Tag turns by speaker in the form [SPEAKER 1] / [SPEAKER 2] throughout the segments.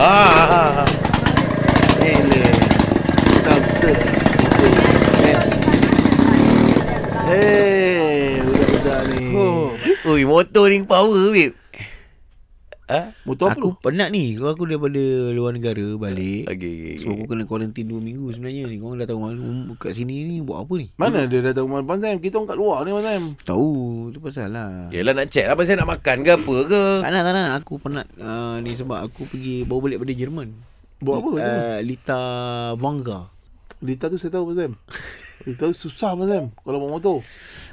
[SPEAKER 1] Ah, ah, ah. Ele. Santai. Hei, budak-budak ni.
[SPEAKER 2] Oh.
[SPEAKER 1] Ui, motor ni power, babe.
[SPEAKER 2] Ha?
[SPEAKER 1] Motor apa
[SPEAKER 2] aku penat ni. Kalau aku daripada luar negara balik.
[SPEAKER 1] Okay, okay,
[SPEAKER 2] So aku kena kuarantin 2 minggu sebenarnya ni. Korang dah tahu um, kat sini ni buat apa ni?
[SPEAKER 3] Mana dia dah tahu mana Banzai Kita orang kat luar ni Banzai
[SPEAKER 2] Tahu. Tu pasal lah.
[SPEAKER 1] Yelah nak check lah pasal nak makan ke apa ke.
[SPEAKER 2] Tak nak, tak nak. Aku penat uh, ni sebab aku pergi baru balik dari Jerman.
[SPEAKER 3] Buat apa macam mana?
[SPEAKER 2] Uh, Lita Vanga.
[SPEAKER 3] Lita tu saya tahu Banzai Lita tu susah Banzai Kalau bawa motor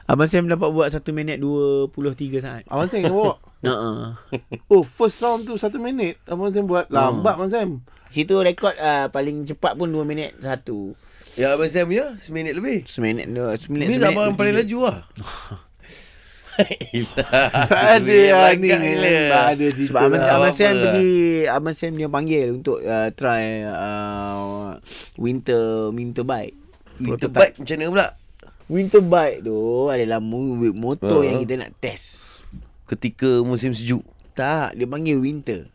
[SPEAKER 2] Abang Sam dapat buat 1 minit 23 saat.
[SPEAKER 3] Abang Sam kena bawa
[SPEAKER 2] Nah,
[SPEAKER 3] Oh first round tu Satu minit Abang Sam buat Lambat Abang Sam
[SPEAKER 2] Situ rekod uh, paling cepat pun 2 minit 1.
[SPEAKER 1] Ya, Abang Sam ya, seminit lebih.
[SPEAKER 2] Seminit dua, seminit.
[SPEAKER 1] Ni
[SPEAKER 2] seminit
[SPEAKER 1] abang
[SPEAKER 2] dua
[SPEAKER 1] paling
[SPEAKER 2] tiga.
[SPEAKER 1] laju lah. Yelah.
[SPEAKER 3] Tak ada
[SPEAKER 1] Seminit
[SPEAKER 3] lah ni
[SPEAKER 1] belakang gila.
[SPEAKER 3] Tak ada cerita
[SPEAKER 2] Sebab Abang,
[SPEAKER 1] tak
[SPEAKER 3] lah
[SPEAKER 2] Abang
[SPEAKER 1] apa-apa
[SPEAKER 2] Sam
[SPEAKER 1] lah.
[SPEAKER 2] pergi Abang Sam dia panggil Untuk uh, try uh, Winter Winter bike
[SPEAKER 1] Motor
[SPEAKER 2] Prototype.
[SPEAKER 1] bike macam mana pula?
[SPEAKER 2] Winter bike tu Adalah mo- motor
[SPEAKER 1] Ah.
[SPEAKER 2] yang kita nak test
[SPEAKER 1] Ketika musim sejuk.
[SPEAKER 2] Tak Dia panggil winter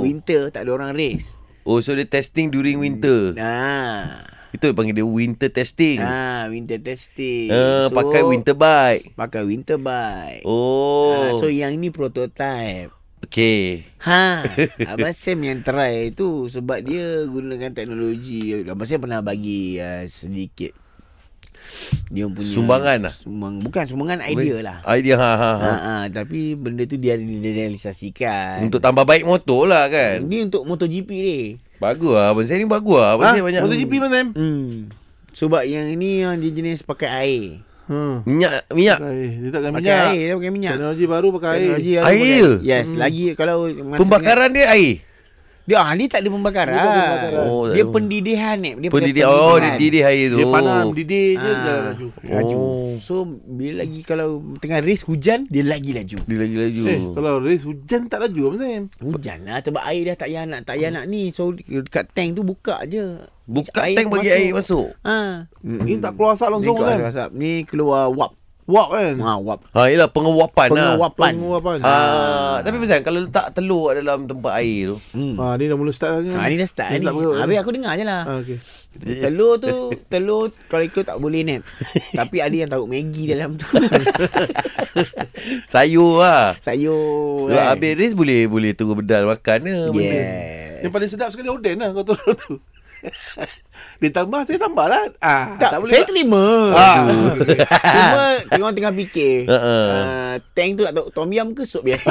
[SPEAKER 1] Oh.
[SPEAKER 2] winter Tak ada orang race
[SPEAKER 1] Oh, so dia testing during winter.
[SPEAKER 2] Nah
[SPEAKER 1] Itu dia panggil dia winter testing.
[SPEAKER 2] Nah ah, Winter Eh, testing
[SPEAKER 1] Ah, pakai winter bike.
[SPEAKER 2] Pakai winter bike Ah,
[SPEAKER 1] Oh.
[SPEAKER 2] So yang ni prototype
[SPEAKER 1] okay.
[SPEAKER 2] Ha, Abang Sam yang try tu sebab dia gunakan teknologi. Abang Sam pernah bagi uh, sedikit dia punya
[SPEAKER 1] Sumbangan lah?
[SPEAKER 2] Sumbang, bukan sumbangan idea lah.
[SPEAKER 1] Idea ha ha.
[SPEAKER 2] Ha,
[SPEAKER 1] ha.
[SPEAKER 2] ha, tapi benda tu dia direalisasikan.
[SPEAKER 1] Untuk tambah baik motor lah kan.
[SPEAKER 2] ni untuk MotoGP ni.
[SPEAKER 1] Bagus lah. Abang Sam ni bagus lah. Abang
[SPEAKER 3] Ha?
[SPEAKER 1] Sam banyak.
[SPEAKER 3] MotoGP Banzai
[SPEAKER 2] Hmm. Sebab yang ni yang dia jenis pakai air.
[SPEAKER 3] Hmm
[SPEAKER 1] Minyak. Minyak.
[SPEAKER 3] Air. Dia takkan
[SPEAKER 2] Pakai
[SPEAKER 3] minyak
[SPEAKER 2] air, dia pakai minyak.
[SPEAKER 3] Teknologi baru pakai air
[SPEAKER 2] Teknologi yang
[SPEAKER 1] Air
[SPEAKER 2] dia pakai-
[SPEAKER 1] ke?
[SPEAKER 2] Yes, hmm. lagi kalau masa
[SPEAKER 1] Pembakaran dia air.
[SPEAKER 2] tengah- dia ah, dia tak ada pembakaran.
[SPEAKER 3] Dia tak ada pembakaran.
[SPEAKER 1] Oh, tak
[SPEAKER 2] dia
[SPEAKER 1] ada.
[SPEAKER 2] pendidihan ni. Dia kan. pakai
[SPEAKER 1] Pendidih. Oh, dia
[SPEAKER 2] pendidihan.
[SPEAKER 1] didih air tu.
[SPEAKER 3] Dia panam Didih je
[SPEAKER 2] Ah.
[SPEAKER 3] Dia dah laju
[SPEAKER 2] Laju
[SPEAKER 1] lah Oh.
[SPEAKER 2] So bila lagi kalau tengah race hujan Dia lagi laju
[SPEAKER 1] Dia lagi laju.
[SPEAKER 3] Eh kalau race hujan tak laju Abang Sam
[SPEAKER 2] Hujan lah sebab air dah tak payah nak Tak payah nak ni So dekat tank tu buka je
[SPEAKER 1] Buka tank bagi air masuk.
[SPEAKER 2] ha.
[SPEAKER 3] Ini tak keluar asap
[SPEAKER 2] Ni
[SPEAKER 3] langsung
[SPEAKER 2] keluar
[SPEAKER 3] kan
[SPEAKER 2] asap Ni keluar wap
[SPEAKER 3] Wap kan
[SPEAKER 2] ha, Wap
[SPEAKER 1] Ha, yelah penguapan,
[SPEAKER 2] Penguapan
[SPEAKER 3] Penguapan
[SPEAKER 1] lah.
[SPEAKER 2] Ah.
[SPEAKER 1] Ha, tapi pasal kalau letak telur kat dalam tempat air tu.
[SPEAKER 2] hmm.
[SPEAKER 3] Ha, ni dah mula start lah ni.
[SPEAKER 2] Ha, ni dah start ni.
[SPEAKER 3] bergerak
[SPEAKER 2] Habis aku dengar je lah.
[SPEAKER 3] Ha, okey.
[SPEAKER 2] Telur tu, telur kalau ikut tak boleh nap. Tapi ada yang taruh Maggi dalam tu.
[SPEAKER 1] Sayur lah.
[SPEAKER 2] Sayur. kan.
[SPEAKER 1] Kalau Lah, habis race boleh boleh turun bedal makan ke. boleh.
[SPEAKER 2] Yes.
[SPEAKER 3] Yang paling sedap sekali Oden lah kau tahu tu. Dia tambah, saya tambah lah. Ah,
[SPEAKER 2] Tak, tak boleh saya terima. Ha. Cuma tengok tengah fikir. Ah,
[SPEAKER 1] Ha, ha.
[SPEAKER 2] Uh, tank tu nak tahu tom yum ke sup biasa.